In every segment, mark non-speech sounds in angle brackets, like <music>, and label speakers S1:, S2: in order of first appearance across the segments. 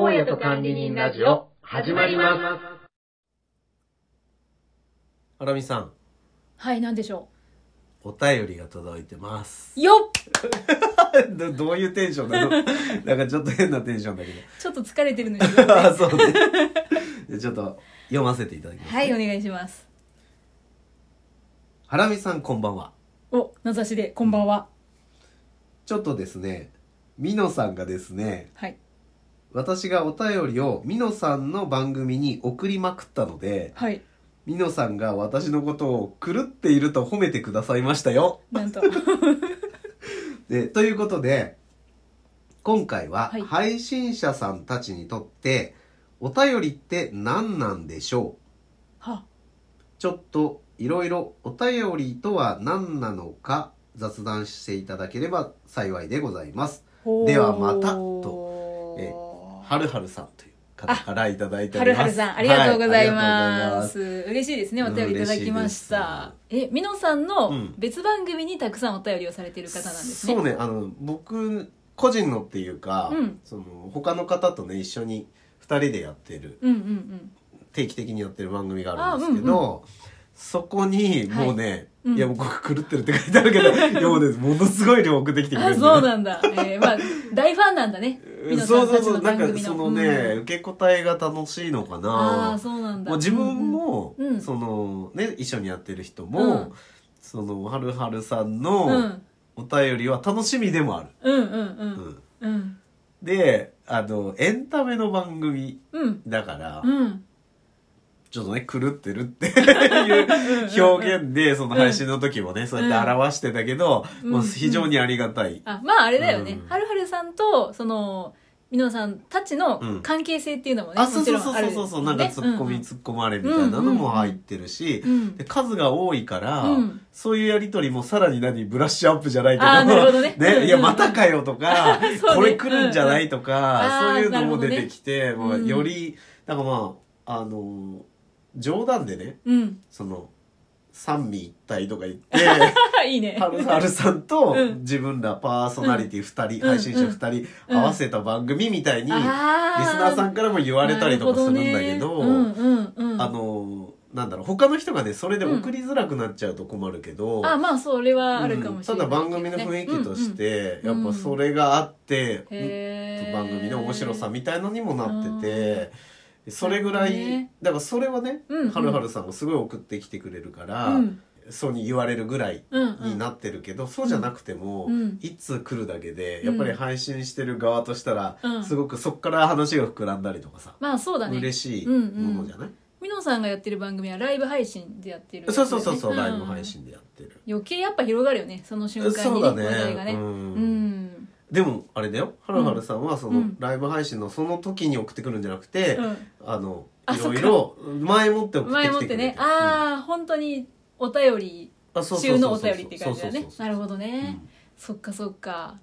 S1: ント管理人ラジオ、始まります。
S2: ハラミさん、
S3: はい、なんでしょ
S2: お便りが届いてます。 <laughs>
S3: う。よっ
S2: どどういうテンションなの <laughs> なんかちょっと変なテンションだけど。
S3: ちょっと疲れて
S2: <laughs>
S3: るのに。
S2: あーそうね。じゃあちょっと読ませていただきます。
S3: はい、お願いします。
S2: ハラミさんこんばんは。
S3: お、名指しで、こんばんは。
S2: ちょっとですね、ミノさんがですね、
S3: はい。
S2: 私がお便りをミノさんの番組に送りまくったので、
S3: はい。
S2: ミノさんが私のことを狂っていると褒めてくださいましたよ。
S3: なん
S2: <laughs>
S3: と。
S2: でということで今回は
S3: はい
S2: 配信者さんたちにとってお便りって何なんでしょう
S3: は、
S2: ちょっといろいろお便りとは何なのか雑談していただければ幸いでございます。ではまたとえはるはるさんという方からいただいてお
S3: は
S2: り
S3: る
S2: ます。
S3: はるさん、ありがとうござい
S2: はいありがとうござい
S3: ま
S2: ます
S3: す。嬉しいですね、お便りいただきました。え、みのさん
S2: う
S3: の
S2: ん
S3: 別番組にたくさんお便りをされている方なんですね。
S2: そうねあの僕個人のっていうか、
S3: うん
S2: その他の方とね一緒に2人でやってる
S3: うんうんうん。
S2: 定期的にやってる番組があるんですけど、
S3: あ
S2: そこにもうね、い
S3: うん
S2: やもう僕狂ってるって書いてあるけ
S3: <laughs>
S2: ど、いやもうね、ものすごい量送ってきてくれ
S3: あ、
S2: る
S3: そう
S2: だ
S3: なんだ。えー、まあ、大ファンなんだね。みの
S2: そ
S3: さ
S2: うんそうそう、
S3: たちの
S2: な
S3: 番
S2: ん
S3: 組の。
S2: かそのね、
S3: うん
S2: 受け答えが楽しいのか
S3: あ
S2: な
S3: あ、。そうなんだ。
S2: もう自分も、
S3: うんうん
S2: そのね、一緒にやってる人
S3: う
S2: も、
S3: ん
S2: その、はるはるさん
S3: うんう
S2: の
S3: ん。
S2: お便りは楽しみでもある。
S3: うんうんう。
S2: うんん
S3: うん。
S2: で、あの、エンタメの番組
S3: うん。
S2: だから、
S3: うん。
S2: ちょっとね、狂ってるっていう <laughs> 表現で、その配信の時もね、そうやって表してたけど、
S3: うん
S2: もう非常にありがたい。
S3: あまああれだよね、
S2: うん
S3: はるはるさんとそのみのさんたちの関係性っていうのもね、
S2: あ、
S3: も
S2: そう
S3: ち
S2: そう
S3: ろん
S2: そう
S3: ある
S2: そうそうそう、なんか
S3: ね
S2: 突っ込み突っ込まれみたいなのも入ってるし、
S3: うんうん
S2: で数が多いから、
S3: うん
S2: そういうやりとりもさらに何ブラッシュアップじゃないけど
S3: あーなる
S2: <laughs>
S3: ほどねうんうん
S2: いやまたかよとか、
S3: <laughs> そうね
S2: これ来るんじゃないと
S3: うん
S2: か、
S3: うん
S2: そういうのも出てきて、
S3: ほ
S2: ま
S3: ど
S2: あ、
S3: ねうん
S2: よりなんかまああのー冗談でね
S3: うん
S2: その三味一体とか言って。
S3: <laughs> いいね
S2: はるはるさんと
S3: うん
S2: 自分らパーソナリティ2人、
S3: うん
S2: 配信者2人合わせた番組みたいに、リス
S3: あ
S2: ナーさんからも言われたりとかするんだけど、
S3: なるほねうんうんうん、
S2: あのなんだろう他の人がねそれで送りづらくなっちゃうと困るけど、
S3: あまあそれはあるかもしれ
S2: た
S3: ない
S2: だ
S3: けどね、
S2: 番組の雰囲気とし
S3: うんうん
S2: て、
S3: うん
S2: やっぱそれがあって、
S3: へー
S2: 番組の面白さみたいのにもなってて。それぐら
S3: なるほど
S2: い
S3: ね
S2: だからそれはね、
S3: うんうん
S2: はるはるさんもすごい送ってきてくれるから、
S3: うん
S2: そうに言われるぐらい
S3: うんうん
S2: になってるけど、そうじゃなくても、
S3: うん
S2: いつ来るだけで、
S3: う
S2: や
S3: ん
S2: っぱり配信してる側としたら、
S3: うん
S2: すごくそっから話が膨らんだりとかさ、
S3: まあそうだね
S2: 嬉しいものじゃない、
S3: みのさんがやってる番組はライブ配信でやってる、
S2: そうそうそうそう、
S3: ん
S2: ライブ配信でやってる。
S3: 余計やっぱ広がるよねその瞬間
S2: そう
S3: にね
S2: だね
S3: 話題がね
S2: うん
S3: うん
S2: でもあれだよはるはるさんはその、
S3: うん
S2: ライブ配信のその時に送ってくるんじゃなくて、 <laughs>
S3: うん
S2: あの
S3: あ
S2: いろいろ前もって送って
S3: 前
S2: き
S3: もって
S2: くれ
S3: て
S2: る
S3: ねああ、本当にお便り
S2: うんあそうそうそう
S3: 中
S2: そう
S3: のお便りって感じだよね
S2: そうそうそう
S3: なるほど
S2: う
S3: ね、
S2: ん
S3: そっかそっか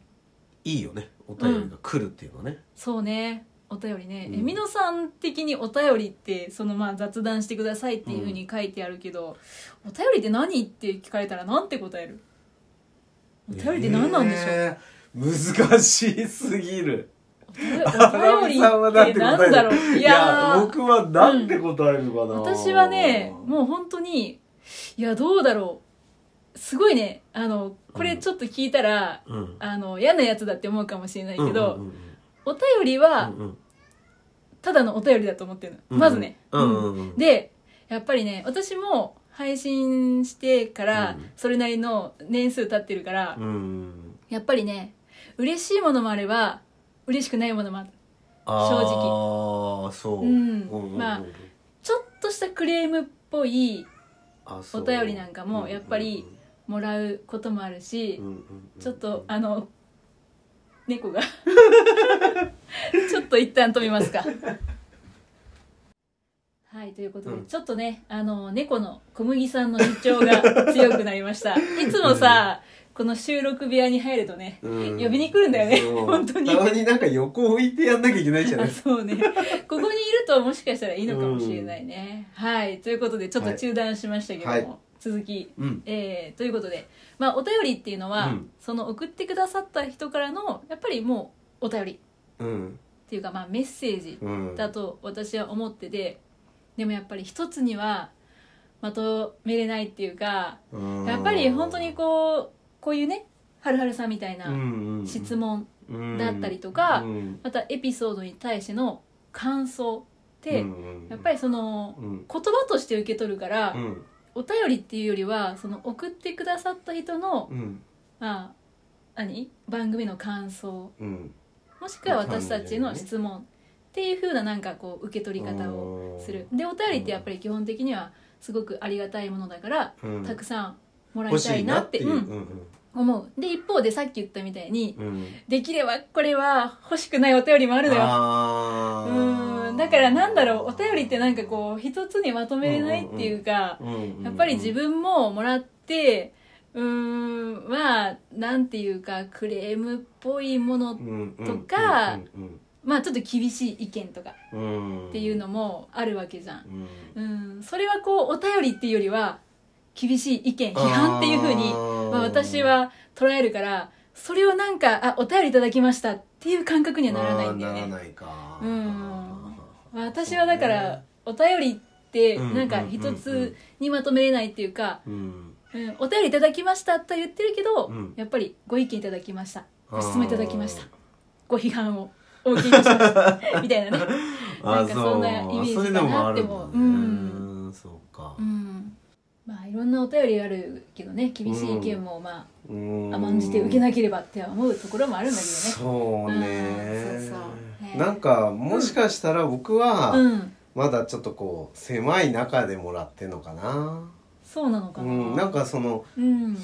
S2: いいよねお便りが来るっていうのはね、
S3: そうねお便りね、
S2: うん
S3: えみのさん的にお便りってそのまあ雑談してくださいっていうふうに書いてあるけど、お便りって何って聞かれたらなんて答えるお便りって何なんでしょう、
S2: えー難しすぎる
S3: お便りって何だろう
S2: い
S3: いや
S2: や
S3: ー
S2: 僕はなんて答えるかな、
S3: 私はねもう本当にいやどうだろうすごいねあのこれちょっと聞いたら、
S2: う、ん、
S3: あの嫌なやつだって思うかもしれないけど、
S2: うんうんうん
S3: お便りは
S2: うんうん
S3: ただのお便りだと思ってるの、
S2: うん
S3: まずね、
S2: うんうんうん
S3: でやっぱりね私も配信してから
S2: うん
S3: それなりの年数経ってるから、
S2: うん
S3: やっぱりね嬉しいものもあれば嬉しくないものもある
S2: ああそう、
S3: うんまあちょっとしたクレームっぽい
S2: あ
S3: お便りなんかもやっぱりもらうこともあるし、ちょっとあの猫がちょっと一旦止めますかはいということで、
S2: うん
S3: ちょっとねあの猫の小麦さんの主張が強くなりましたいつもさ、この収録部屋に入るとね、呼びに来るんだよね <laughs> 本当に
S2: たまになんか横置いてやんなきゃいけないじゃな
S3: あ
S2: い
S3: そうねここにいるともしかしたらいいのかもしれないね、はいということでちょっと中断しましたけども、
S2: はい
S3: 続き
S2: うん
S3: えーということで、まあ、お便りっていうのは、
S2: うん
S3: その送ってくださった人からのやっぱりもうお便り
S2: うん
S3: っっていうかまあメッセージ
S2: うん
S3: だと私は思っててでもやっぱり一つにはまとめれないっていうか
S2: うん
S3: やっぱり本当にこうこういうねはるはるさんみたいな質問
S2: 問
S3: だったりとか
S2: うん
S3: またエピソードに対しての感想ってやっぱ
S2: り、
S3: りその
S2: うん
S3: 言葉として受け取るから
S2: うん
S3: お便りっていうよりはその送ってくださった人の
S2: うん
S3: まあ何番組の感想
S2: うん、
S3: もしくは私たちへの質問っていう風ななんかこう受け取り方をするでお便りってやっぱり基本的にはすごくありがたいものだから
S2: うん、うん
S3: たくさんもらい
S2: 欲
S3: た
S2: し
S3: い
S2: い
S3: な
S2: な
S3: っ
S2: ってていうう、
S3: ん思うで一方でさっき言ったみたいに
S2: うんうん
S3: できればこれは欲しくないお便りもあるのよ
S2: あー
S3: うんだからなんだろうお便りってなんかこう一つにまとめれないっていうか、
S2: うんうんうん
S3: やっぱり自分ももらってうーんまあなんていうかクレームっぽいものとかまあちょっと厳しい意見とかっていうのもあるわけじゃん。うん、それはこうお便りっていうよりは厳しい意見批判っていうふうにまあ、私は捉えるからそれをなんかあお便りいただきましたっていう感覚にはならないんだよね。
S2: ならないか
S3: うんまあ私はだからお便りってなんか一つにまとめれないっていうか、
S2: うん
S3: うん、お便りいただきましたとは言ってるけど、
S2: うん
S3: やっぱりご意見いただきました
S2: あー
S3: ご質問いただきましたご批判をお受けいたしまし
S2: <laughs>
S3: たみたいなね、なんかそんなイメージかな
S2: あそ
S3: っても
S2: ういうのもあるんだね
S3: うん
S2: うんそうか
S3: うん、まあいろんなお便りあるけどね厳しい意見もま
S2: うん
S3: あ甘んじて受けなければって思うところもあるんだけどね
S2: そう
S3: う
S2: ね
S3: んそうそうね
S2: なんかもしかしたら僕は
S3: うん
S2: まだちょっとこう狭い中でもらってんのかな
S3: そうなのか
S2: う
S3: な、
S2: んなんかその
S3: うん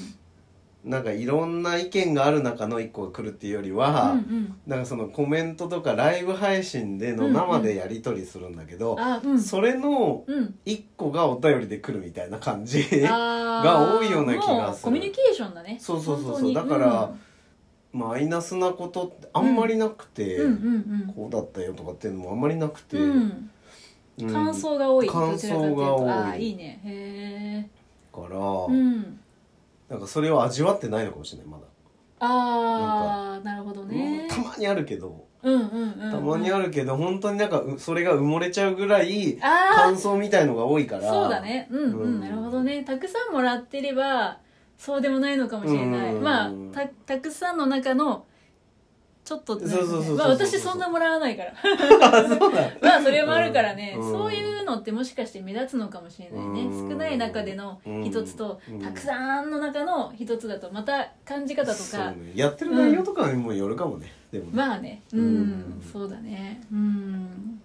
S2: なんかいろんな意見がある中の一個が来るっていうより
S3: うん
S2: は、
S3: うん
S2: なんかそのコメントとかライブ配信での
S3: うんうん
S2: 生でやり取りするんだけど、
S3: あうん
S2: それの
S3: うん
S2: 一個がお便りで来るみたいな感じ
S3: あー
S2: が多いような気がする
S3: もうコミュニケーションだね
S2: そうそうそうそう
S3: 本当に
S2: だからマイナスなことってあんまりなくて、
S3: うん、うんうん
S2: こうだったよとかっていうのもあんまりなくて、
S3: うんうん
S2: うん
S3: 感想が多い
S2: 感想が多い
S3: どちらかとうとああいいねへ
S2: から、
S3: えうん
S2: なんかそれを味わってないのかもしれないまだ、
S3: ああなるほどね
S2: たまにあるけど
S3: うんうんうん
S2: たまにあ
S3: る
S2: るけど本当になんかうそれが埋もれちゃうぐらい
S3: あ
S2: 感想みたいのが多いか
S3: あ
S2: ら
S3: そうだねうんうん、
S2: うん
S3: なるほどねたくさんもらってればそうでもないのかもしれない
S2: うん
S3: まあたたくさんの中のちょっとってなるよね
S2: そうそうそうそう
S3: まあ私そんなもらわないから
S2: そうだ
S3: <laughs> まあそれもあるからね、
S2: うん
S3: そういうのってもしかして目立つのかもしれないね、
S2: うん
S3: 少ない中での一つと、
S2: うん
S3: たくさんの中の一つだとまた感じ方と
S2: そう
S3: か、
S2: ね、やってる内容とかにもよるかもね、でもね、
S3: まあねうん、
S2: うん
S3: そうだねうん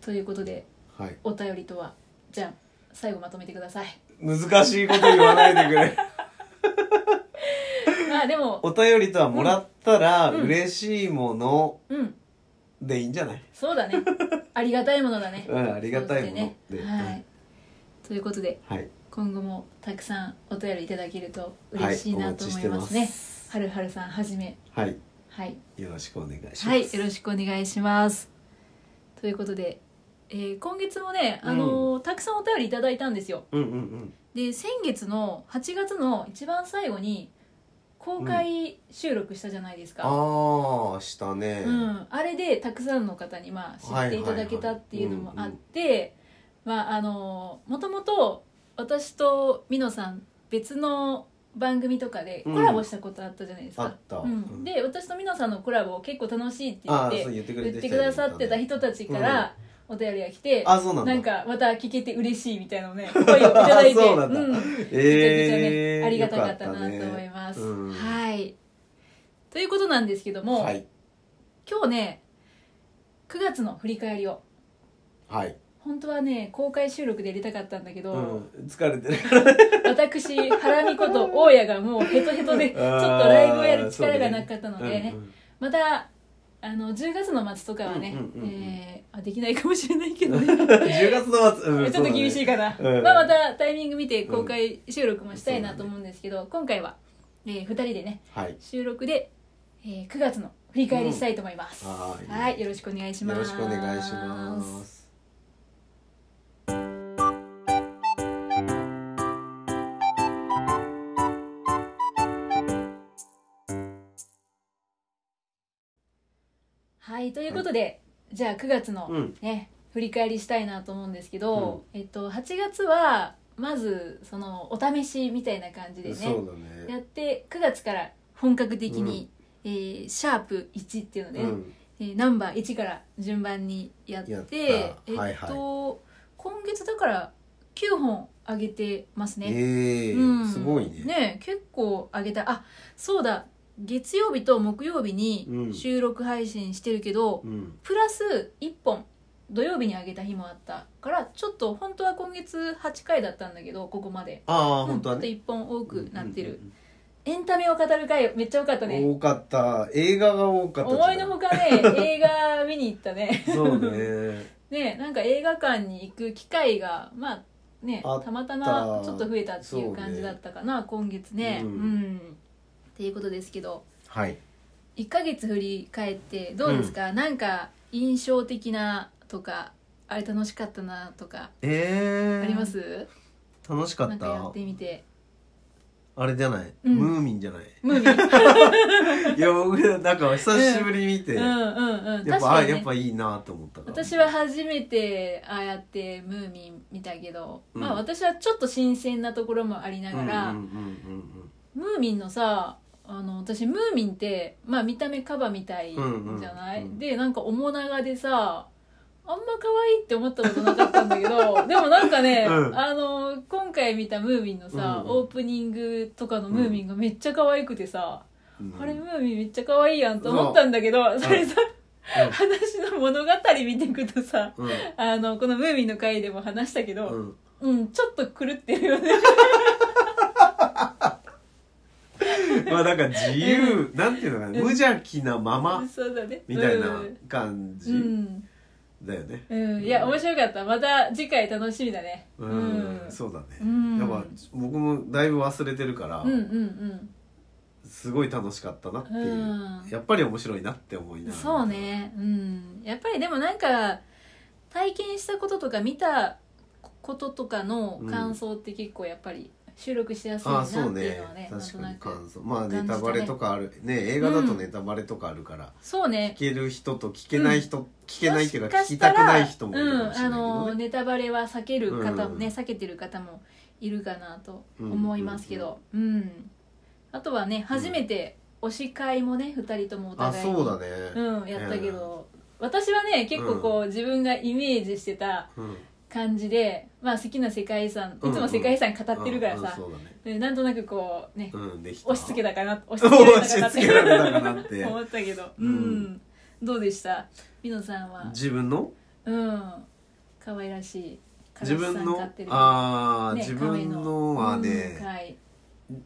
S3: ということで
S2: はい
S3: お便りとはじゃあ最後まとめてください
S2: 難しいこと言わないでくれ <laughs>
S3: まあでも
S2: お便りとはもらったら嬉しいもの
S3: うん
S2: でいいんじゃない、
S3: そうだね
S2: <laughs>
S3: ありがたいものだね
S2: うんありがたいもの
S3: そうで
S2: で
S3: ねはいということで
S2: はい
S3: 今後もたくさんお便りいただけると嬉しいなと思い
S2: は
S3: ますね
S2: いお待ちしてます
S3: はるはるさんはじめ
S2: はい
S3: はい
S2: よろしくお願いします
S3: はいよろしくお願いしますということで、えー今月もねあのーたくさんお便りいただいたんですよ
S2: うんうん
S3: で先月の8月の一番最後に公開収録したじゃないですか、
S2: うんああしたね
S3: うん、あれでたくさんの方にまあ知っていただけたっていうのもあって、まああのもともと私と美濃さん別の番組とかでコラボしたことあったじゃないです
S2: あ
S3: か
S2: っ、た、
S3: うんで私と美濃さんのコラボ結構楽しいって言っ
S2: あー
S3: て
S2: そう言ってくれ
S3: 言
S2: て
S3: ってくださってた人たちからお便りが来て、
S2: あそうなんだ
S3: なんかまた聞けて嬉しいみたいなのね声をいただ
S2: <laughs>
S3: いて
S2: そうなんだ
S3: ん
S2: ええ
S3: めちゃくちゃねありがたかったなと思います、はいということなんですけども、
S2: はい
S3: 今日ね9月の振り返りを
S2: はい、
S3: 本当はね公開収録で入れたかったんだけど、
S2: うん、疲れて
S3: <laughs>
S2: る
S3: 私原美子と大家がもうヘトヘトで
S2: <laughs>
S3: ちょっとライブをやる力がなかったので、ねまたあの10月の末とかはね、
S2: うんうんうんうん
S3: えーあできないかもしれない
S2: <laughs>
S3: けどね
S2: 10月の末、うん
S3: <laughs> ちょっと厳しい
S2: い
S3: かな、
S2: うん
S3: まあ、またタイミング見て公開収録もしたいなと思うんですけど、今回は、えー、2人でね
S2: はい
S3: 収録で、えー、9月の振り返りしたいと思います、
S2: うんはい
S3: はいよろしくお願いし
S2: よ
S3: ます
S2: ろしくお願いします
S3: はい、はいということで、じゃあ9月の
S2: うん
S3: ね、振り返りしたいなと思うんですけど、えっと、8月はまずそのお試しみたいな感じで
S2: そ
S3: ね
S2: うだね
S3: やって9月から本格的に、えーシャープ1っていうので、
S2: うん
S3: えーナンバー1から順番にやって
S2: やった
S3: えっと、
S2: はいは
S3: 今月だから9本上げてますね。
S2: ええ
S3: うん
S2: すごいね
S3: ねえ結構上げたあそうだ月曜日と木曜日
S2: う
S3: に
S2: ん
S3: 収録配信してるけど、
S2: うん
S3: プラス1本土曜日に上げた日もあったからちょっと本当は今月8回だったんだけどここまで
S2: ああ
S3: うん
S2: 本当はね
S3: ちょっと1本多くなってる、
S2: うんうんうん
S3: エンタメを語る回めっちゃ多かったね
S2: 多かった映画が多かった
S3: 思いのほかね映画見に行ったね <laughs>
S2: そうね
S3: ねなんか映画館に行く機会がまあね
S2: あった
S3: またまちょっと増えたっていう感じだったかな、今月ね
S2: うん
S3: うんっていうことですけど
S2: はい
S3: 1ヶ月振り返ってどうですか、なんか印象的なとかあれ楽しかったなとか
S2: ええ
S3: あります
S2: 楽しか
S3: なん
S2: っ
S3: かやったてみて
S2: あれじゃない、
S3: うん
S2: ムーミンじゃない
S3: ムー
S2: <laughs>
S3: ミン
S2: いや僕なんか久しぶりに見て、
S3: うんうんうん
S2: やっ
S3: 確
S2: ぱ、
S3: か
S2: あ
S3: に、
S2: やっ
S3: ね、
S2: ぱいいなと思ったから
S3: 私は初めてああやってムーミン見たけど、
S2: うん
S3: まあ私はちょっと新鮮なところもありながら、
S2: うんうんうん
S3: ムーミンのさあの私ムーミンって、まあ、見た目カバみたいじゃな
S2: う
S3: い、
S2: んうんうん
S3: でなんか面長でさあんま可愛いって思ったことなかったんだけ
S2: <laughs>
S3: どでもなんかね、
S2: うん
S3: あの今回見たムーミンのさ、
S2: うん
S3: オープニングとかのムーミンがめっちゃ可愛くてさ、
S2: うんうん
S3: あれムーミンめっちゃ可愛いやんと思ったんだけど、それさ、
S2: うん
S3: 話の物語見ていくとさ
S2: うん
S3: あのこのムーミンの回でも話したけど、
S2: うん
S3: うん、ちょっと狂ってるよね
S2: まあなんか自由なんていうのかな無邪気なまま
S3: そうだね
S2: みたいな
S3: うん
S2: 感じ
S3: うん
S2: だよね
S3: うん、いや面白かったまた次回楽しみだね
S2: うん、そうだね、
S3: うん
S2: やっぱ僕もだいぶ忘れてるから、
S3: うんうん
S2: すごい楽しかったなっていう、
S3: うん
S2: やっぱり面白いなって思い
S3: うん
S2: ながら
S3: そうねうんやっぱりでもなんか体験したこととか見たこととかの感想って結構やっぱり収録しやすい
S2: あ
S3: な
S2: あ
S3: って
S2: そう
S3: いう
S2: ね
S3: のはねなん
S2: 確
S3: と
S2: か
S3: な
S2: に感
S3: く
S2: 想まあ
S3: 感じた
S2: ネ
S3: ね
S2: タバレとかあるね映画だとネタバレとかあるから、
S3: そうね
S2: 聞ける人と聞けない人、聞けないっていうか
S3: も
S2: 聞
S3: し
S2: き
S3: した
S2: た
S3: ら
S2: くない人もいるか
S3: う
S2: も
S3: ん
S2: しれな
S3: あ
S2: いけど、ね
S3: のネタバレは避ける方もね、
S2: うん
S3: 避けてる方もいるかなと思いますけどうん、あとはね初めてお司会もね2人ともお
S2: あ
S3: 互いに
S2: そうだね、
S3: うん、やったけど、私はね結構こう、自分がイメージしてた
S2: うん
S3: 感じで、まあ、好きな世界遺産いつも世界遺産語ってるから
S2: うん
S3: さ、
S2: うんそうだね
S3: でなんとなくこうね、
S2: うんできた
S3: 押し付けたかな
S2: <laughs>
S3: 押
S2: 押
S3: し
S2: し
S3: 付
S2: 付
S3: け
S2: け
S3: ら
S2: ら
S3: れ
S2: れ
S3: たか
S2: たかな
S3: なっ <laughs>
S2: ってて
S3: 思ったけどうん、
S2: うん
S3: どうでした美濃さんは
S2: 自分の
S3: うん可愛らしい
S2: 自分の
S3: あ
S2: ああ、自分のは
S3: うん、
S2: ね、
S3: はい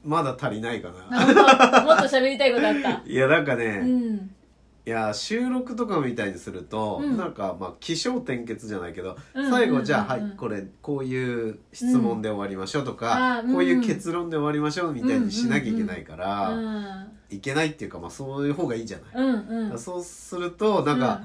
S2: まだ足りないかな
S3: なんかもっと喋りたいこと
S2: <laughs>
S3: あった
S2: いやなんかね、
S3: う
S2: い
S3: ん
S2: や収録とかみたいにすると、
S3: うん
S2: なんかまあ起承転結じゃないけど、
S3: うん
S2: 最
S3: う
S2: 後
S3: ん
S2: じゃあ、
S3: うん
S2: はいこれこういう質問で終わりましょうと
S3: うんあ
S2: か、
S3: ーうん
S2: こういう結論で終わりましょうみたいにしなきゃいけないから、
S3: うん
S2: いけないっていうかまあそういう方がいいじゃない、だ
S3: うんう
S2: から
S3: ん
S2: そうするとなんか、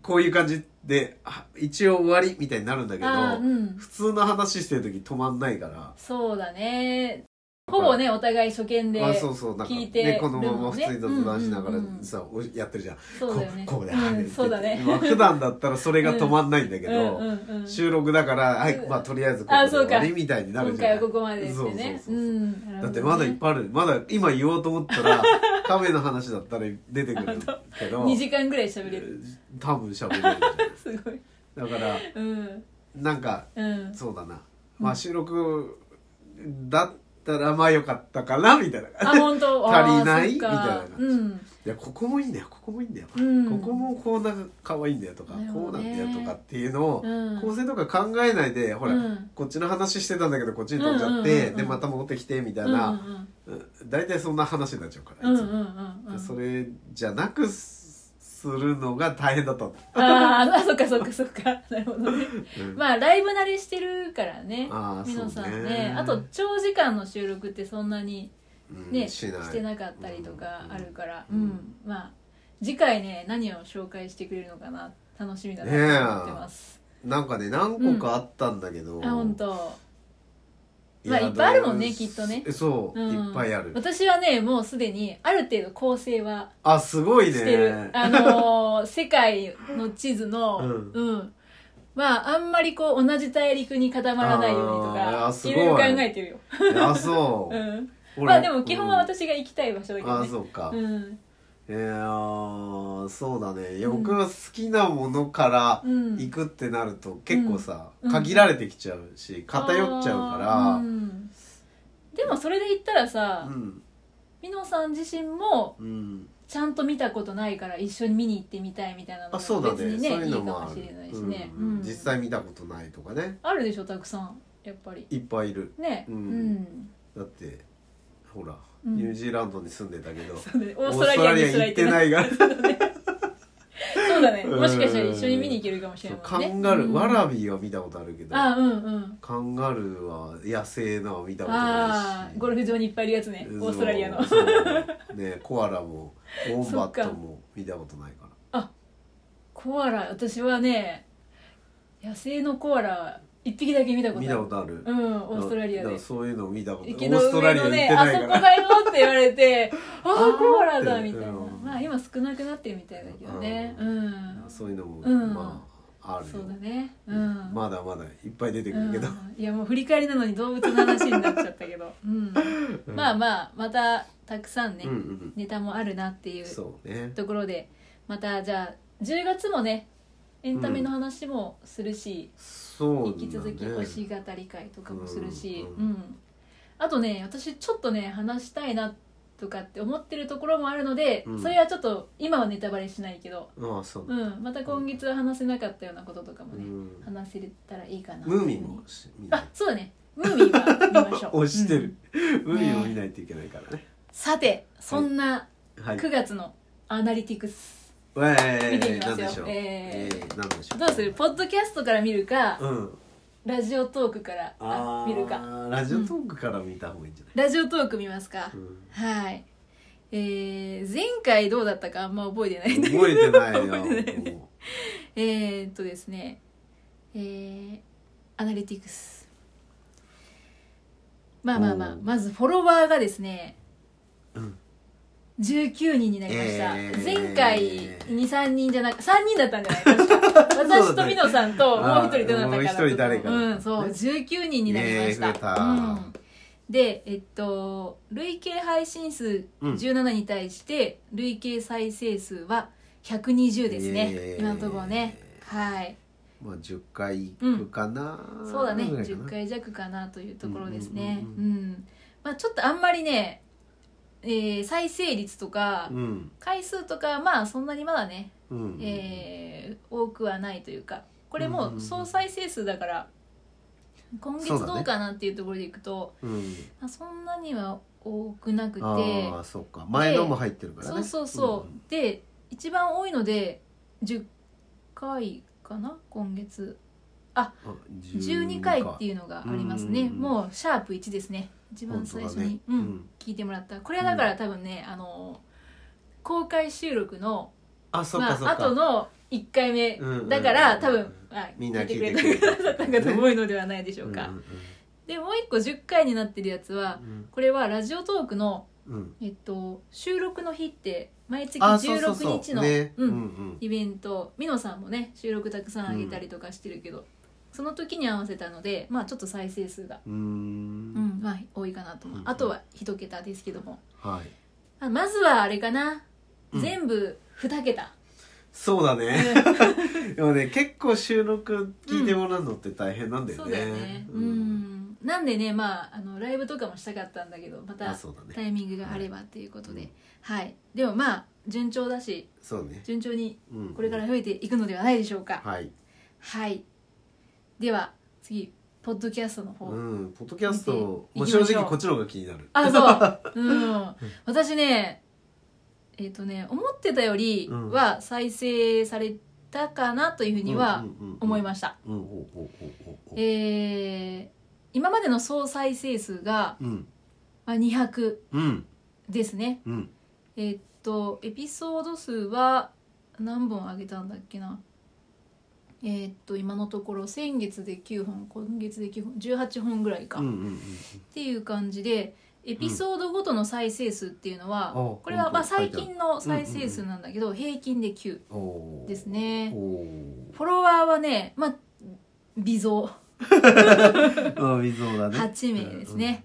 S2: こういう感じであ一応終わりみたいになるんだけど、
S3: あーうん
S2: 普通の話してる時止まんないから
S3: そうだねほぼねお互い初見で
S2: あそうそうなんか、
S3: 聞いて
S2: ね、このまま普通に雑談しながら
S3: でもね
S2: さ、おやってるじゃん
S3: そうだよね
S2: ここうで、
S3: うん
S2: あれ
S3: そうだね
S2: まあ普段だったらそれが止まんないんだけど、
S3: うんうんうん
S2: 収録だから、はいまあ、とりあえずここ
S3: あ
S2: で
S3: そう
S2: 終
S3: か
S2: わりみたいになる
S3: 今
S2: じゃ
S3: 回
S2: ん
S3: はここまでってね
S2: そうそうそうそう
S3: うんなるほどね
S2: だってまだいっぱいあるまだ今言おうと思った
S3: <laughs>
S2: らカメの話だったら出てくるけど
S3: 2時間ぐらい喋れる
S2: 多分喋れるじゃん
S3: すごい
S2: だから
S3: うん
S2: なんか <laughs>
S3: うん
S2: そうだなまあ収録だったらまあよかったかなみたいな
S3: あ本当あー
S2: 足りない
S3: そっか
S2: みたいな感じ
S3: うん
S2: いやここもいいんだよここもいいんだよ、
S3: うん
S2: ここもこうなんか可愛いんだよとか、
S3: なる
S2: こ
S3: ほ
S2: う
S3: ど
S2: なん
S3: ね
S2: だよとかっていうのを、
S3: うん
S2: 構成とか考えないでほら、
S3: うん
S2: こっちの話してたんだけどこっちに飛んじゃって、
S3: うんうんうんうん
S2: でまた戻ってきてみたい
S3: うん
S2: な、うん大体そんな話になっちゃうか
S3: う
S2: ら、
S3: んうん
S2: いうつ
S3: ん
S2: も
S3: うんうん
S2: それじゃなくすするのが大変だったの、
S3: あーあそっかそっかそっかなるほどね
S2: うん
S3: まあライブ慣れしてるからね
S2: あー
S3: みのさ
S2: そ
S3: ん
S2: う
S3: ね
S2: ね
S3: あと長時間の収録ってそんなに
S2: うん
S3: ね、
S2: しない
S3: てなかったりとかあるから、う
S2: うんん
S3: まあ次回ね何を紹介してくれるのかな楽しみだ
S2: ねえ
S3: なと思ってます、
S2: なんかね何個かあったんだけど、
S3: あ本当まあいっぱいあるもんねきっとね
S2: えそう、
S3: うん
S2: いっぱいある
S3: 私はねもうすでにある程度構成は
S2: あすごい
S3: してる、
S2: ね
S3: あ
S2: <laughs>
S3: のー世界の地図の
S2: うん
S3: うんまああんまりこう同じ大陸に固まらないようにと
S2: あー
S3: か
S2: す
S3: い
S2: ごい
S3: ろいろ考えてるよ、
S2: あそう、
S3: うん、
S2: 俺
S3: まあでも基本は、私が行きたい場所だ
S2: う
S3: け
S2: ん
S3: ど
S2: あ
S3: ね
S2: そうか、
S3: うん
S2: えー、あーそうだねいや
S3: うん
S2: 僕は好きなものから
S3: うん
S2: 行くってなると結構さ、
S3: うん
S2: 限られてきちゃうし偏っちゃうから、
S3: あーうんでもそれで言ったらさ、
S2: うん
S3: みのさん自身も
S2: うん
S3: ちゃんと見たことないから一緒に見に行ってみたいみたいなの
S2: あそうだ
S3: も別
S2: ね
S3: にね
S2: そういう
S3: いいか
S2: のもあ
S3: も
S2: る
S3: しれないしね、
S2: うん
S3: うん
S2: 実際見たことないとかね
S3: あるでしょたくさんやっぱり
S2: いっぱいいる
S3: ね
S2: う
S3: うんん、
S2: だってほら、
S3: うん
S2: ニュージーランドに住んでたけど
S3: そうだね <laughs> オーストラリアにすら
S2: 行ってないいが
S3: <laughs> そうだね
S2: うん
S3: もしかしたら一緒に見に行けるかもしれ
S2: そう
S3: な
S2: カ
S3: いもんね
S2: ンガルー、
S3: うん
S2: ワラビーは見たことあるけど
S3: あうんうん
S2: カンガルーは野生のは見たことな
S3: あ
S2: い
S3: あ
S2: し
S3: ゴルフ場にいっぱいいるやつね
S2: そう
S3: オーストラリアの
S2: そうねコアラ
S3: <laughs>
S2: もウォンバットも見たことないから
S3: コアラ私はね野生のコアラ一匹だけ見たことある
S2: 見たことある、
S3: うんオーストラリア
S2: だか
S3: で
S2: らそういうのを見たことないオ
S3: 池
S2: ー
S3: の
S2: ストラ
S3: 上
S2: リア行って
S3: のねあ
S2: ないから
S3: そこだよって言われてあ
S2: ー
S3: あコアラ
S2: っ
S3: だ
S2: て
S3: みたい
S2: う
S3: な
S2: ん
S3: まあ今少なくなってるみたいだけどね
S2: う
S3: うん
S2: そういうのも、
S3: うん
S2: まああるよ
S3: そうだねうん
S2: まだまだいっぱい出てく
S3: う
S2: る
S3: ん
S2: けど、
S3: いやもう振り返りなのに動物の話になっちゃったけど、うん、まあまあまたたくさんね、
S2: うんうん
S3: ネタもあるなっていう
S2: そうね
S3: ところでまたじゃあ10月もねエンタメの話もするし、
S2: そうだね
S3: 引き続き星語り会とかもするし、
S2: う
S3: うんんあとね私ちょっとね話したいなとかって思ってるところもあるので、
S2: うん
S3: それはちょっと今はネタバレしないけど、
S2: ああそうだ、
S3: うん、また今月は話せなかったようなこととかも
S2: う
S3: ね、
S2: ん
S3: 話せれたらいいかな
S2: ムーミンもし見ない
S3: あそうだねムーミンは見ましょう
S2: <laughs> 押して
S3: うん
S2: る、ムーミンも見ないといけないからね
S3: さてそんな
S2: はい
S3: 9月のアナリティクス、
S2: え
S3: 見て
S2: ー、
S3: みま
S2: なん
S3: す
S2: で
S3: よ
S2: しょう
S3: えー
S2: なんでしょう
S3: どうするポッドキャストから見るか、
S2: うん
S3: ラジオトークから
S2: あ
S3: あ
S2: ー
S3: 見るか
S2: ラジオトークから見た方がいいんじゃない、
S3: ラジオトーク見ますか、
S2: うん
S3: はいえー、前回どうだったかあんま覚えてない <laughs> んだけど
S2: 覚えてないよ
S3: 覚えてないね
S2: も
S3: えー、っとですねえー、アナリティクスまあまあま
S2: お
S3: あ
S2: ー
S3: まずフォロワーがですね
S2: ううん
S3: 19人になりました、
S2: えー
S3: 前回23人じゃなく3人だったんじ
S2: <laughs>
S3: ゃない確か
S2: そうだね
S3: 私と美濃さんともう一人ど
S2: あ
S3: なた
S2: ーもう
S3: か
S2: 一
S3: だ
S2: 人誰かだったね
S3: うんそう19人になりまし
S2: ね
S3: た,、
S2: え増えた
S3: うん、でえっと累計配信数17に対して、累計再生数は120ですね、
S2: えー
S3: 今のところねはい
S2: まあ10回行くかな、
S3: そうだね
S2: ぐらいかな
S3: 10回弱かなというところですね
S2: うん
S3: うんまあちょっとあんまりね、えー再生率とか、
S2: うん
S3: 回数とかまあそんなにまだね、
S2: うん
S3: えー多くはないというかこれ
S2: うんうんう
S3: も
S2: ん
S3: 総再生数だから今月
S2: そうだね
S3: どうかなっていうところでいくと
S2: うん
S3: まあそ,、んなには多くなくて
S2: ああそうか前のも入ってるからね
S3: そうそうそう、で一番多いので10回かな今月
S2: うん、あ
S3: 12回っていうのがあります
S2: うん
S3: ね
S2: うんうん
S3: もうシャープ1ですね一番最初
S2: 本
S3: に、
S2: 当だね
S3: うん聞いてもらったこれはだから多分ね、あの公開収録の
S2: あそっ
S3: ま
S2: かそっ
S3: あ
S2: か、
S3: 後の1回目
S2: うんうん
S3: だから、多分、まあ、
S2: みんな
S3: 聞いてくれ
S2: 聞いてくれ
S3: た
S2: た
S3: 方々が多いのではないでし
S2: う
S3: ょ
S2: ん
S3: うか、
S2: うん
S3: でもう1個10回になってるやつは
S2: うん
S3: これはラジオトークの、
S2: うん
S3: えっと、収録の日って毎月
S2: あそうそうそう
S3: 16日の
S2: ね
S3: うん
S2: うん
S3: イベントみのさんもね収録たくさんあげたりとかしてるけど、その時に合わせたのでまあちょっと再生数が、
S2: う
S3: うんんまあ、多いかなと思う、
S2: うんうん
S3: あとは1桁ですけども
S2: はい
S3: あまずはあれかな、
S2: うん
S3: 全部2桁、
S2: そうだね、でもね結構収録聞いてもらうのって大変なんだよね、
S3: そうだよねうん、なんでねまああのライブとかもしたかったんだけど
S2: あ
S3: また
S2: そうだね
S3: タイミングがあればっていうことで、はいでもまあ順調だし
S2: そうね、
S3: 順調に
S2: うん、
S3: これから増えていくのではないでしょうか、
S2: はい、
S3: はいでは次ポッドキャストの方、
S2: うん、ポッドキャストも
S3: 見
S2: う
S3: ていき
S2: 正
S3: ましょう
S2: 直こっちの方が気になる
S3: <laughs> あそう、うん、私ねえっ、とね思ってたよりは再生されたかなというふうには思い
S2: す
S3: ました、
S2: うんおうおうおうおうおう
S3: えー今までの総再生数が
S2: うん
S3: まあ200
S2: うん
S3: ですね
S2: うん
S3: えーっとエピソード数は何本あげたんだっけなえーっと今のところ先月で9本今月で9本18本ぐらいか、
S2: うんう
S3: っ
S2: んうん
S3: ていう感じでエピソードごとの再生数っていうのは、
S2: うんあ
S3: これはま
S2: 本当
S3: あ
S2: だ
S3: 最近の再生数なんだけど、平均で9
S2: うんおー
S3: ですね
S2: お
S3: フォロワーはねまあ微増
S2: ーあ微増だね
S3: 8名ですね、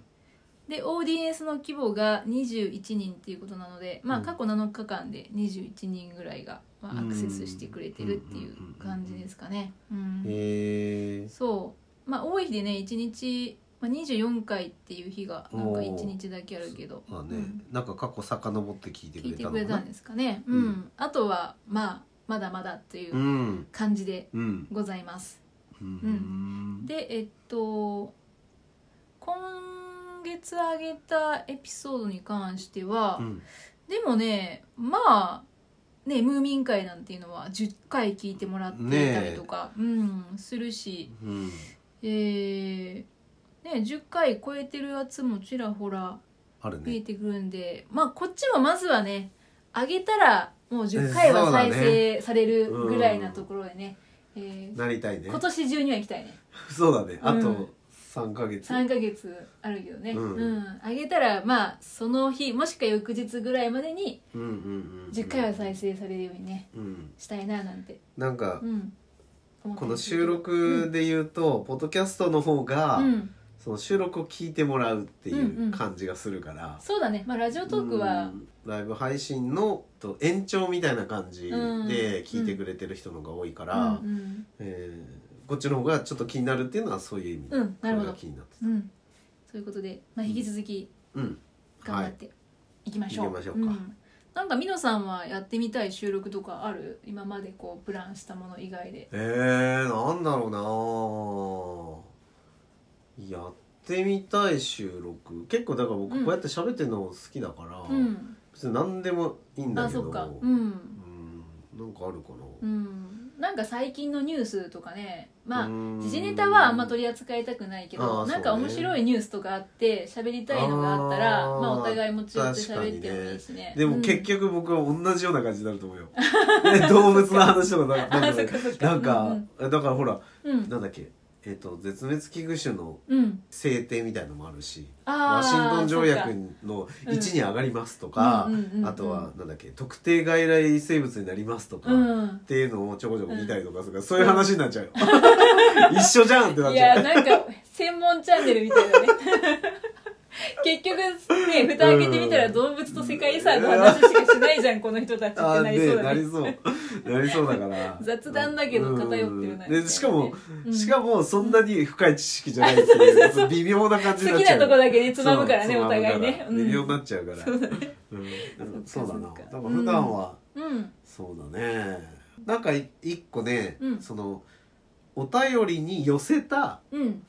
S3: でオーディエンスの規模が21人っていうことなので、ま
S2: う
S3: あ、
S2: ん
S3: 過去7日間で21人ぐらいが、まあ、アクセスしてくれてるっていう感じですかね。う
S2: うん
S3: ん、
S2: へえ
S3: そう、まあ、多い日でね1日、まあ、24回っていう日がなんか
S2: おー
S3: 1日だけあるけど、
S2: まあ
S3: う
S2: ね
S3: ん
S2: なんか過去遡って聞いてく
S3: 聞い
S2: れ
S3: て
S2: たの
S3: く
S2: か
S3: れた
S2: なん
S3: ですかね。うん
S2: うん
S3: あとは、まあ、まだまだといううん感じで
S2: うん
S3: ございます。
S2: う
S3: でえっと今月上げたエピソードに関しては、
S2: うん
S3: でもねまあねムーミン会なんていうのは10回聞いてもらっていたりとか、うん、するし
S2: うん
S3: えーね、10回超えてるやつもちらほら
S2: ある
S3: 増え
S2: ね
S3: てくるんで、まあこっちもまずはね上げたらもう10回は再生されるぐらいなところでねえー
S2: なりたいね
S3: 今年中には行きたいね
S2: そうだねあ
S3: う
S2: と
S3: ん
S2: 三ヶ月
S3: 3ヶ月あるけどね、う
S2: うんん
S3: あげたらまあその日もしくは翌日ぐらいまでに
S2: うんうんうん
S3: 10回は再生されるようにね
S2: うん
S3: したいななんて、
S2: なんか
S3: うん、思って
S2: こ
S3: ま
S2: の
S3: す
S2: 収録で言うと、ポッドキャストの方が、
S3: うん、
S2: その収録を聞いてもらうってい
S3: んう
S2: うんう感じがするから、
S3: そうだね、まあ、ラジオトーク
S2: う
S3: は
S2: んライブ配信のと延長みたいな感じで
S3: うん
S2: 聞いてくれてる人の方が多いから、
S3: うん
S2: えーこっちの方がちょっと気になるっていうのはそういう意味で、
S3: うんなるほ
S2: これが
S3: ど
S2: 気になって
S3: うん、うん、そういうことで、まあ、引き続き
S2: た、うん、
S3: 頑張
S2: は
S3: っ
S2: い
S3: ていきましょう、
S2: 行きましょうか
S3: んなんかミノさんはやってみたい収録とかある今までこうプランしたもの以外で
S2: えー、なんだろうなやってみたい収録結構だから僕
S3: うん
S2: こうやって喋ってるの好きだから、
S3: うん
S2: 別に何でもいいんだ
S3: あ
S2: けど
S3: そっかうん
S2: うんなんかあるかな、
S3: うん、なんか最近のニュースとかねまあ
S2: うん
S3: 時事ネタはあんま取り扱いたくないけど、
S2: あー
S3: なんか
S2: そうね
S3: 面白いニュースとかあって喋りたいのがあったら
S2: あー
S3: まあお互い持ち寄って喋ってもいいしね
S2: でも結
S3: 局、
S2: 局僕は同じような感じになると思う
S3: <laughs>
S2: よ、ね動物の話とかなんか
S3: あ
S2: なん
S3: そっ
S2: か
S3: かそっか
S2: なんかえだからほら
S3: うんうん
S2: なんだっけえっ、と絶滅危惧種の
S3: うん
S2: 制定みたいのもあるし
S3: あ
S2: ワ
S3: ー
S2: シントン条
S3: そっか
S2: 約の位置に上がりますとか、
S3: うんうんうんうん
S2: あとはなんだっけ特定外来生物になりますとか、
S3: うん
S2: っていうのをちょこちょこ見たりとかするから、そういう話になっちゃうよ <laughs> 一緒じゃんってなっ
S3: い
S2: ちゃ
S3: や
S2: う
S3: なんか専門チャンネルみたいな
S2: <laughs>
S3: ね結局ね蓋開けてみたら動物と世界遺産の話しかしないじゃんこの人たちって
S2: あ
S3: なりそ
S2: ー
S3: う
S2: ね
S3: だ
S2: なり
S3: ね
S2: そうなりそうだから
S3: 雑談だけど偏ってるなみたいなね
S2: うんでしかも、
S3: うん
S2: しかもそんなに深い知識じゃないっていう微妙な感じにな
S3: 好
S2: っ
S3: き
S2: ちゃ
S3: な
S2: う
S3: とこだけねつまむからね
S2: そう
S3: お互いね
S2: つまむから
S3: うん
S2: 微妙になっちゃうから
S3: そうだね
S2: うんうん
S3: そ
S2: そ
S3: っ
S2: う
S3: か
S2: だなだ
S3: そっ
S2: か
S3: か
S2: ら普段は、
S3: うん
S2: そうだねなんかい一個ね、
S3: うん
S2: そのお便りに寄せた
S3: うん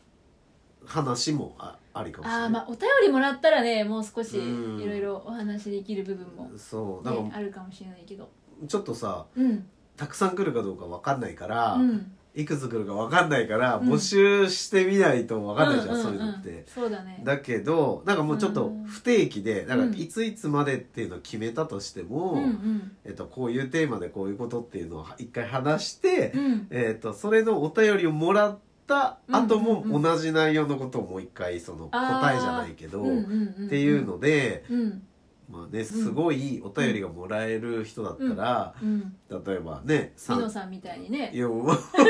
S2: 話もあありかもしれない
S3: あーまあお便りもらったらねもう少し
S2: うん
S3: いろいろお話しできる部分も、ね
S2: そうだか
S3: あるかもしれないけど
S2: らちょっとさ
S3: うん
S2: たくさん来るかどうかわかんないから、
S3: うん
S2: いくつ来るかわかんないから、
S3: うん
S2: 募集してみないとわかんないじゃん、そういうのって。
S3: んそうだね
S2: だけどなんかもうちょっと不定期で、なんかいついつまでっていうのを決めたとしても、
S3: うんうん
S2: えっと、こういうテーマでこういうことっていうのを一回話して、
S3: うん
S2: えっと、それのお便りをもらった後
S3: うんうんう
S2: も
S3: ん
S2: 同じ内容のことをもう一回その
S3: あー
S2: 答えじゃないけど、
S3: うんうんうん
S2: っていうので、
S3: うん
S2: まあね、すごいお便りがもらえる人だったら、
S3: うん
S2: 例えばね
S3: 美
S2: さん
S3: 濃さんみたいにね
S2: いや、わか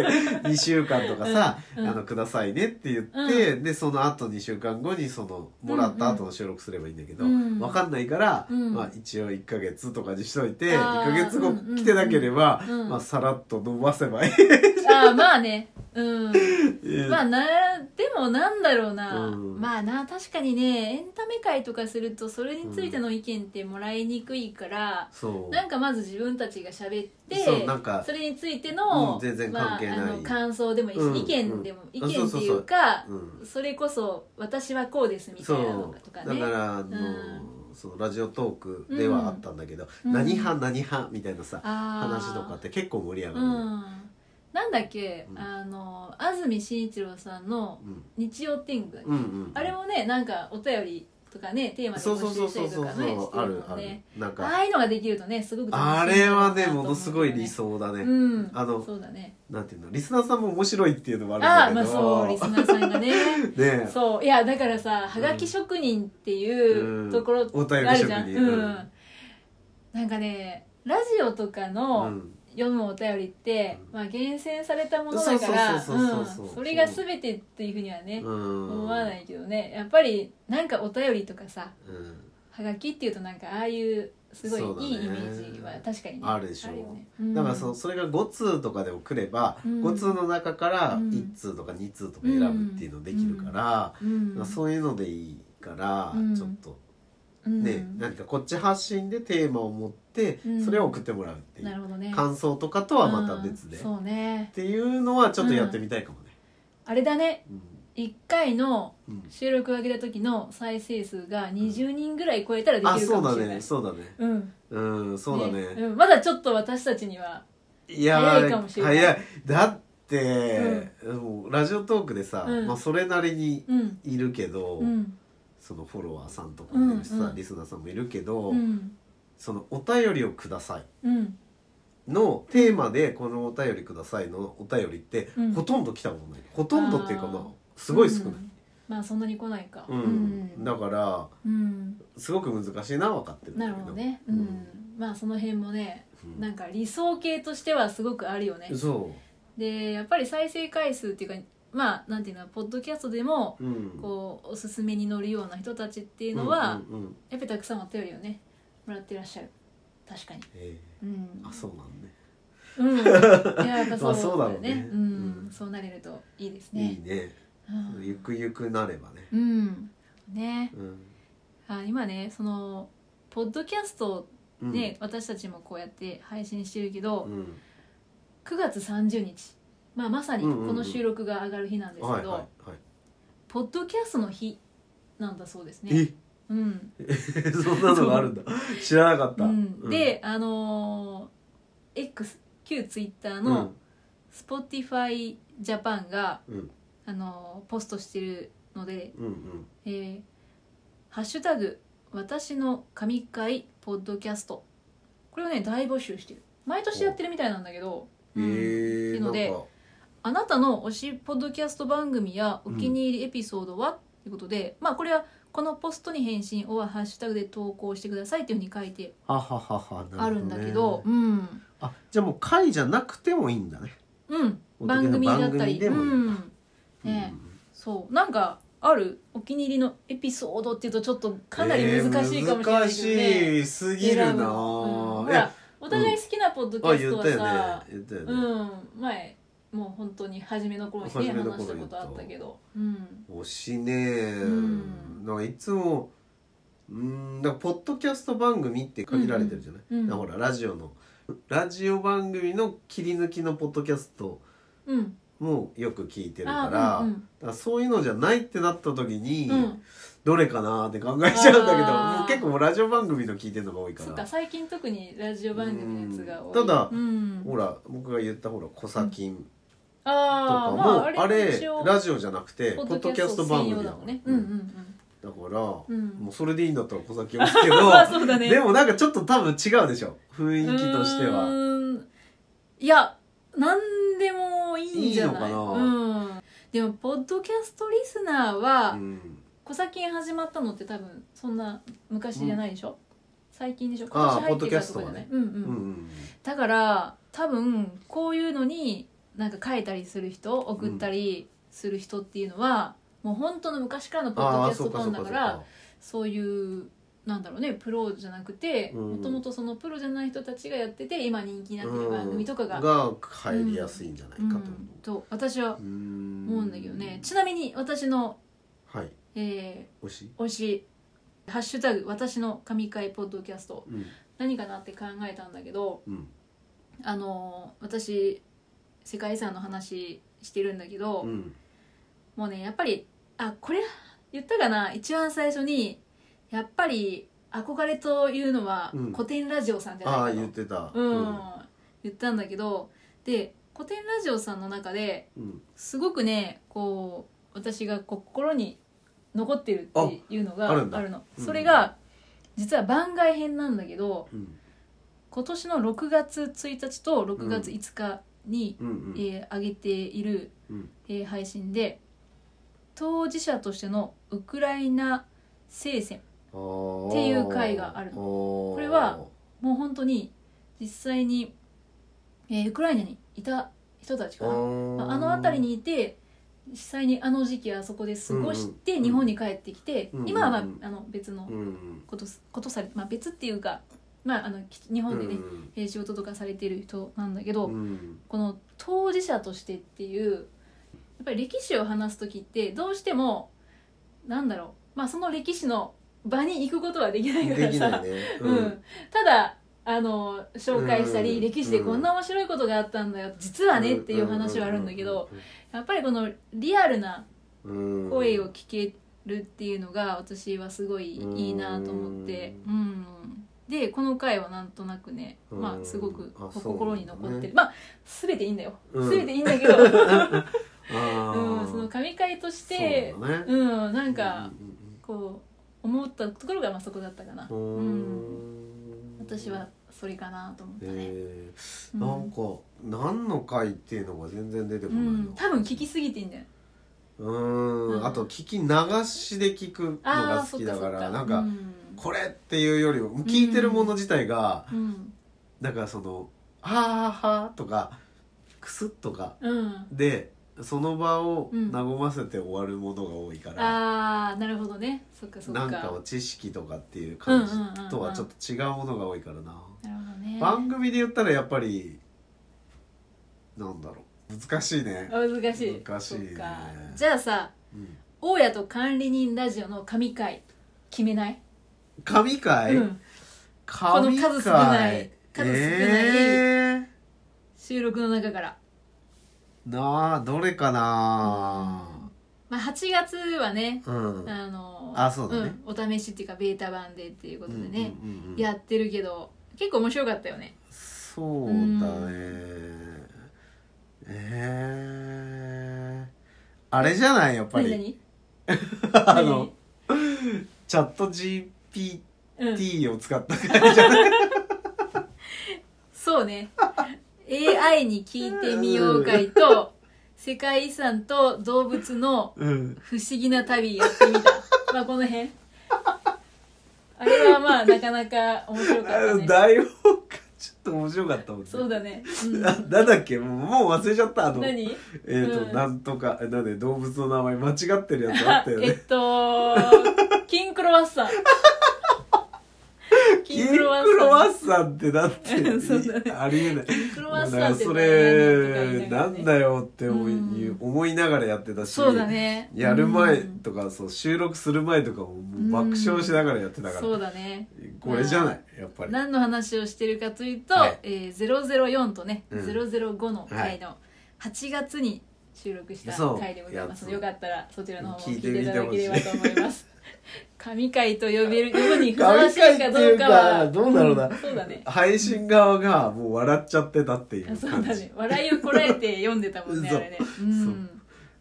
S2: んない。2週間とかさ、
S3: うんうん
S2: あの、くださいねって言って、で、その後2週間後に、その、もらった後の収録すればいいんだけど、
S3: う
S2: わ、
S3: ん
S2: かんないから、
S3: うん
S2: まあ一応1ヶ月とかにしといて、
S3: あー
S2: 1ヶ月後
S3: うんうんうん
S2: 来てなければ、
S3: うん
S2: まあさらっと伸ばせばいい。
S3: <laughs> ああまあねうんまあ
S2: あ、
S3: なでもなんだろうな、
S2: うん
S3: まあな確かにねエンタメ界とかするとそれについての意見ってもらいにくいから、
S2: そう。
S3: なんかまず自分たちが喋って
S2: そうなんか
S3: それについての、
S2: うん全然関係ない
S3: まあ、あの感想でもいいし、
S2: うん
S3: 意見でも、
S2: うん
S3: 意見っていうか
S2: う
S3: そ
S2: ん、
S3: れこそ私はこうですみた
S2: そ
S3: いなの
S2: う
S3: とか
S2: だ
S3: ね
S2: からあの、そのラジオトークではあったんだけど「
S3: うん
S2: 何派何派」みたいなさ、
S3: あー
S2: 話とかって結構盛り上が
S3: う
S2: る、
S3: んなんだっけ、
S2: うん
S3: あの安住紳一郎さんの
S2: うん
S3: 「日曜天国」
S2: うんうん
S3: あれもねなんかお便りとかねテーマで
S2: そう
S3: 募
S2: そう
S3: 集
S2: そう
S3: した
S2: そう
S3: りと
S2: そう
S3: かねして
S2: あ
S3: る
S2: る
S3: も
S2: あ
S3: ん
S2: る
S3: ね
S2: なん
S3: あ
S2: か
S3: あいうのができるとねすごく楽しい
S2: あれはねものすごい理想だ
S3: う
S2: ね、
S3: ん
S2: あの
S3: そうだね
S2: なんていうのリスナーさんも面白いっていうのもあるん
S3: ああま
S2: だ
S3: あ
S2: けど
S3: そうリスナーさん
S2: <laughs>
S3: がね
S2: ね
S3: そういやだからさはがき職人っていうところ
S2: お便
S3: があ
S2: り職
S3: るじゃん、
S2: 人
S3: うんなんかねラジオとか
S2: うん
S3: の読むお便りって、
S2: う
S3: まあ、厳選されたものだから
S2: そうそうそうそうそう
S3: うんそれが全てっていうふうにはね、
S2: うん
S3: 思わないけどねやっぱりなんかお便りとかさ
S2: うん
S3: はがきっていうとなんかああいうすご
S2: そうだね
S3: いいいイメージは確かにね
S2: あるでしょ
S3: よねうん
S2: だからそそれが5通とかでも来れば、
S3: うん
S2: 5通の中から
S3: うん
S2: 1通とか2通とか選ぶっていうのできるから、
S3: うん
S2: まあそういうのでいいから、
S3: うん
S2: ちょっと
S3: うん
S2: ね、何かこっち発信でテーマを持って
S3: うん
S2: それを送ってもらうっていう、
S3: なるほどね
S2: 感想とかとはまた別で、
S3: うん
S2: っ
S3: そうね
S2: ていうのはちょっとやってみたいかもね。
S3: あれだね
S2: うん
S3: 1回の
S2: うん
S3: 収録を上げた時の再生数が20人ぐらい超えたら
S2: あ
S3: できる
S2: そ
S3: か
S2: う
S3: も
S2: だ
S3: しれない
S2: ねそうだね
S3: うん
S2: うんそうだね
S3: うんまだちょっと私たちにはい
S2: や
S3: 早いかもしれない
S2: 早いだって、もうラジオトークでさ、
S3: うん
S2: まあ、それなりに
S3: うん
S2: いるけど、
S3: うん
S2: そのフォロワーさんとかもいるしさ、
S3: うんうん
S2: リスナーさんもいるけど、
S3: うん
S2: その「お便りをください
S3: うん」
S2: のテーマで「このお便りください」のお便りって、
S3: うん
S2: ほとんど来たことないほとんどっていうか
S3: あー
S2: まあすごい少ない、
S3: うんまあそんなに来ないか
S2: うん
S3: うん
S2: だから
S3: うん
S2: すごく難しいのは分かってるんだ
S3: な
S2: け
S3: る
S2: ど
S3: ほどね、うんまあその辺もね
S2: うん
S3: なんか理想形としてはすごくあるよね
S2: そ
S3: でやっぱり再生回数っていうかまあなんていうのポッドキャストでも
S2: う、うん、
S3: こうおすすめに乗るような人たちって
S2: う
S3: いうのは、
S2: んうんうん
S3: やっぱりたくさんお便りをねもらってらっしゃる確かに
S2: え
S3: うん
S2: ーあそうなんね
S3: うん、いややっぱそう,、
S2: <laughs> まあそうだろうね
S3: う
S2: うん
S3: ん、そうなれるといいですね
S2: いいね
S3: うん
S2: ゆくゆくなればね、
S3: うんね
S2: うん
S3: あ今ねそのポッドキャスト
S2: うん
S3: で、私たちもこうやって配信してるけど、
S2: うん
S3: 9月30日、まあ、まさにこの収録が上がる日なんですけど、
S2: はいはいはい
S3: ポッドキャストの日なんだそうですね。
S2: え
S3: うん
S2: え <laughs> そんなのがあるんだ知らなかっ
S3: う
S2: た、
S3: ん、で、あのー X 旧 Twitter の Spotify Japan が、
S2: うん
S3: あのーポストしてるので、
S2: うんうん
S3: えーハッシュタグ私の神回ポッドキャスト」これをね大募集してる毎年やってるみたいなんだけど、
S2: うん、
S3: うん
S2: え
S3: てい
S2: え
S3: うので
S2: なんか
S3: あなたの推しポッドキャスト番組やお気に入りエピソードは、ということで、まあ、これはこのポストに返信をはハッシュタグで投稿してくださいっていうふうに書いて
S2: ははははな
S3: あるんだけどうん、
S2: あじゃあもう回じゃなくてもいいんだね
S3: うん、番組だった
S2: 番組
S3: り
S2: で
S3: う
S2: もいい
S3: んね、そうなんかあるお気に入りのエピソードっていうとちょっとかなり難しいかもしれないけどね、
S2: 難しいすぎるな
S3: 選ぶ
S2: ぁ、
S3: のうんほ
S2: いや
S3: らお互い好きなポッドキ
S2: あ
S3: ャス
S2: 言
S3: ト
S2: っ
S3: は
S2: たよ
S3: さ
S2: ね、言ったよ
S3: う
S2: ね、
S3: ん、前もう本当に初めの頃にね
S2: 初めの頃
S3: 話したことあったけど、うん、
S2: 推しね、
S3: うん
S2: なんかいつもうんだからポッドキャスト番組って限られてるじゃない、
S3: うんうんうん
S2: だからほらラジオのラジオ番組の切り抜きのポッドキャスト
S3: うん、
S2: もよく聞いてるから
S3: あうんうん
S2: だからそういうのじゃないってなった時に、
S3: うん、
S2: どれかなって考えちゃうんだけど
S3: あー
S2: もう結構もうラジオ番組の聞いてるのが多いか
S3: そ
S2: ら
S3: っか最近特にラジオ番組のやつが多い
S2: うんただ
S3: うん、
S2: ほら僕が言ったほら「コサキン」とか
S3: あ
S2: も、
S3: ー、まあ、
S2: あ、
S3: あれ
S2: れ
S3: 一応
S2: ラジオじゃなくてポ
S3: ポ
S2: ッ
S3: ッ
S2: ド
S3: ド
S2: キ
S3: キ
S2: ャ
S3: ャ
S2: ス
S3: ス
S2: ト
S3: ト
S2: 番
S3: 専
S2: 組だ
S3: 用
S2: か
S3: だもん
S2: ら
S3: ね、うんうん
S2: だから、
S3: うんうん
S2: もうそれでいいんだったら小崎押すけど
S3: まあ <laughs> そうだね
S2: でもなんかちょっと多分違うでしょ雰囲気として
S3: う
S2: は
S3: ーんいや何でもいいんじゃない
S2: いいの
S3: うん、でもポッドキャストリスナーは、
S2: うん
S3: 小先始まったのって多分そんな昔じゃないでしょ、最近でしょ今
S2: あー
S3: 年入ってたとかじゃない、うんう
S2: うんんうん
S3: だから多分こういうのになんか書いたりする人送ったりする人っていうのは、もう本当の昔からのポッド
S2: あ
S3: キ
S2: あ
S3: ャス
S2: そ
S3: ト
S2: う
S3: フ
S2: か
S3: ァ
S2: そ
S3: ン
S2: う
S3: だ
S2: かそ
S3: か
S2: う
S3: ら
S2: か
S3: そういうなんだろうねプロじゃなくて
S2: うん
S3: もともとそのプロじゃない人たちがやってて今人気になってる番組とかが,、
S2: う
S3: うんん、
S2: が入りやすいんじゃないかと
S3: と私は
S2: 思ううん
S3: 思うんだけどね、ちなみに私の、
S2: はい
S3: え
S2: 推し、
S3: ー推し「ハッシュタグ私の神回ポッドキャスト
S2: うん」
S3: 何かなって考えたんだけど、
S2: うん
S3: あの私世界遺産の話してるんだけど、
S2: うん、
S3: もうねやっぱりあこれ言ったかな一番最初にやっぱり憧れというのは
S2: うん
S3: 古典ラジオさんじゃ
S2: あ
S3: な
S2: あ
S3: いか
S2: 言
S3: と
S2: っ、てた
S3: うん言ったんだけどで古典ラジオさんの中で
S2: うん
S3: すごくねこう私がこう心に残ってるっていうのが
S2: あ
S3: あ
S2: ある
S3: る
S2: んだ
S3: の
S2: うん
S3: それが実は番外編なんだけど今年の6月1日と6月5日に、
S2: うんうん
S3: えー上げている、
S2: うん
S3: えー配信で当事者としてのウクライナ聖戦
S2: って
S3: ていう回があるの
S2: こ
S3: これはもう本当に実際に、えーウクライナにいた人たち
S2: あ
S3: かなまああの辺りにいて実際にあの時期あそこで過ごして
S2: ん
S3: 日本に帰ってきて、
S2: うん
S3: 今は、まあ
S2: うん、
S3: あの別の
S2: うん
S3: ことすことされまあ、別っていうか、まあ、あのき日本でね、
S2: うん
S3: えー仕事とかされてる人なんだけど、
S2: うん
S3: この当事者としてっていうやっぱり歴史を話す時ってどうしてもなんだろう、まあ、その歴史の場に行くことはできないか
S2: で
S3: ら
S2: き
S3: さ、
S2: ないね
S3: うんただあの紹介したり、
S2: うん
S3: 歴史でこんな面白いことがあったんだよ実はねっていう話はあるんだけど、やっぱりこのリアルな
S2: うん
S3: 声を聞けるっていうのが私はすごいいいなと思って、うんでこの回はなんとなくね、
S2: うん
S3: まあ、すごく
S2: あそう
S3: 心に残ってる、
S2: ね
S3: まあ全ていいんだよ、
S2: うん
S3: 全ていいんだ
S2: <laughs>
S3: けど、うん、
S2: あー
S3: その神回として
S2: そうだね
S3: うんなん
S2: う
S3: か
S2: んうん
S3: こう思ったところがまあそこだったかな、う
S2: うん
S3: ん、
S2: うーん
S3: 私はそれかなと思ったね、
S2: えー
S3: うん
S2: なんか何の回っていうのが全然出てこ
S3: う
S2: ない
S3: ん
S2: の、
S3: 多分聞きすぎてんだよ
S2: うーんあと聞き流しで聞くの
S3: あ
S2: が
S3: あそ
S2: 好き
S3: っか
S2: だ
S3: そっ
S2: か
S3: から
S2: なん
S3: う
S2: か
S3: ん
S2: これっていうよりも聞いてるもの自体が
S3: うん
S2: なんかその「はーはー」とか「くすっ」とか
S3: うん
S2: でその場を
S3: うん
S2: 和ませて終わるものが多いから、
S3: ああなるほどねそっかそっ
S2: な
S3: か
S2: んかを知識とかっていう感じ
S3: うんうんうんうん
S2: とはちょっと違うものが多いからな、
S3: なるほどね
S2: 番組で言ったらやっぱりなんだろう難しいね、
S3: 難しい
S2: 難しいね
S3: そっかじゃあさ
S2: うん、
S3: 大家と管理人ラジオの神回決めない、
S2: 神回、
S3: うん、
S2: 神
S3: この数少ない数少ない
S2: え
S3: 収録の中から、
S2: ー、なあどれかな
S3: まあ、8月はね、
S2: うん、
S3: あの
S2: あそうだね
S3: ん、お試しっていうかベータ版でっていうことでね、
S2: うんうんうんうん
S3: やってるけど結構面白かったよね
S2: そうだね、えー、あれじゃないやっぱり
S3: 何
S2: <laughs> あ
S3: 何
S2: のチャット
S3: 何、うん、
S2: GPT を使
S3: <laughs>
S2: った回じゃない、
S3: そうね AI に聞いてみよう
S2: <laughs>
S3: 会と世界遺産と動物の
S2: うん、
S3: 不思議な旅やってみた <laughs> まあこの辺あれはまあなかなか面白かったね
S2: 台本がちょっと面白かったもんね
S3: そうだね、
S2: ななんだっけもうもう忘れちゃったあ
S3: うん、
S2: のえっ、
S3: 何
S2: と、
S3: うん
S2: なんとかえなんで動物の名前間違ってるやつあったよ
S3: <laughs> えっ
S2: ね
S3: とキンクロワ
S2: <laughs>
S3: ッサン
S2: キンクロワッサンってだっ
S3: うん <laughs> そうだ
S2: て、
S3: ね
S2: ありえない
S3: ンクロワッサンって
S2: そ
S3: 何
S2: れ
S3: とか言いなが
S2: な
S3: らね
S2: んだよって思い,、
S3: うん
S2: 思いながらやってたし
S3: そうだね
S2: やる前
S3: うん
S2: とか、そう収録する前とかももう爆笑しながらやってたから、
S3: そうだね
S2: これじゃないやっぱり
S3: 何の話をしてるかというと、
S2: はい
S3: えー、004とね、
S2: うん
S3: 005の回の8月に収録した
S2: そう
S3: 回でございますの
S2: や
S3: で
S2: つ
S3: よかったらそちらの方も
S2: 聞い
S3: 聞
S2: てみ
S3: いてい
S2: て
S3: た
S2: ほ
S3: だ
S2: し
S3: け
S2: い
S3: ればと思います神回と呼べる呼ぶにふさわ
S2: 神
S3: しい
S2: 回
S3: か
S2: ってい
S3: どう
S2: う
S3: かは
S2: かどうだろうな、
S3: んそうだね
S2: 配信側がもう笑っちゃってたっていう感じ
S3: そうだね笑いをこらえて読んでたもん
S2: <laughs>
S3: ね
S2: そう
S3: あれねうん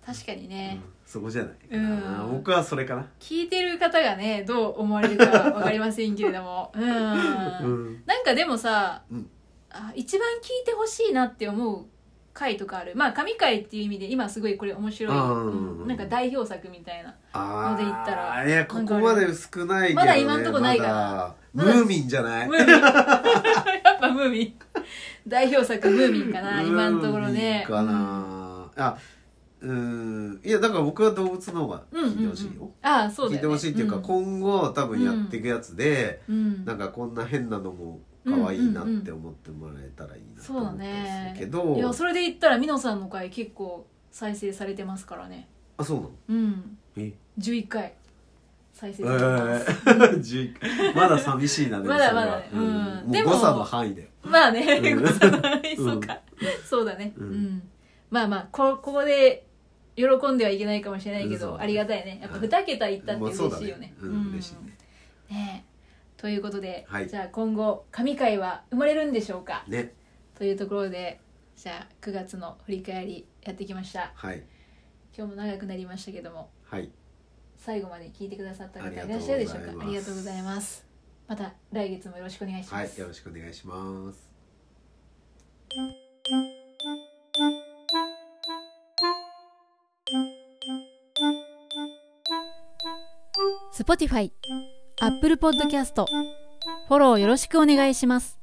S3: 確かに
S2: う
S3: ね
S2: ん、そこじゃないかな、
S3: うん
S2: 僕はそれかな
S3: 聞いてる方がねどう思われるかわかりませんけれどもうん
S2: うん
S3: なんかでもさ、
S2: うん
S3: あ一番聞いてほしいなって思う回とかあるまあ神回っていう意味で今すごいこれ面白い、
S2: うんうんうん
S3: うんなんか代表作みたいな
S2: あ
S3: ので言ったら
S2: ーいやここまで少ないけど、ね、
S3: まだ今んとこないかな
S2: まだムーミンじゃない
S3: ムーミン <laughs> やっぱムーミン代表作ムーミンかな今のところね
S2: ムーミンかな、あうんいやだから僕は動物の方が
S3: うんうん
S2: 聞いて
S3: うん
S2: ほしいよ、
S3: ああそうだよ、ね、
S2: 聞いてほしいっていうか、今後多分やっていくやつで、
S3: うん、うん
S2: なんかこんな変なのも可愛いなって思ってもらえたらいいなと
S3: そう
S2: 思
S3: だ
S2: ってる
S3: ね
S2: けど、
S3: いやそれで言ったらミノさんの回結構再生されてますからね
S2: あそうなの
S3: うん
S2: え
S3: 11回再生
S2: え
S3: されてます、
S2: <laughs> ー11まだ寂しいなでも
S3: まだまだ
S2: それは
S3: うん
S2: もう
S3: でも
S2: 誤差の範囲だよ
S3: まあね、
S2: うん
S3: 誤差の範囲
S2: うん
S3: そうか、そうだね、
S2: う
S3: うんんまあまあこここで喜んではいけないかもしれない
S2: そ
S3: け
S2: う
S3: ど、
S2: だね
S3: ありがたいねやっぱ2桁いったって
S2: まあそう
S3: 嬉
S2: だ
S3: しいよね,、
S2: うん嬉しいね
S3: ねえということで、
S2: はい
S3: じゃあ今後神回は生まれるんでしょうか
S2: ね
S3: というところでじゃあ9月の振り返りやってきました
S2: はい
S3: 今日も長くなりましたけども
S2: はい
S3: 最後まで聞いてくださった方いらっしゃるでしょう
S2: あ
S3: かあ
S2: りが
S3: りがと
S2: とう
S3: うご
S2: ご
S3: ざ
S2: ざ
S3: い
S2: い
S3: ますまた来月もよろしくお願いし
S2: は
S3: ま
S2: い
S3: す、
S2: よろしくお願いします
S3: Spotify、Apple Podcast、フォローよろしくお願いします。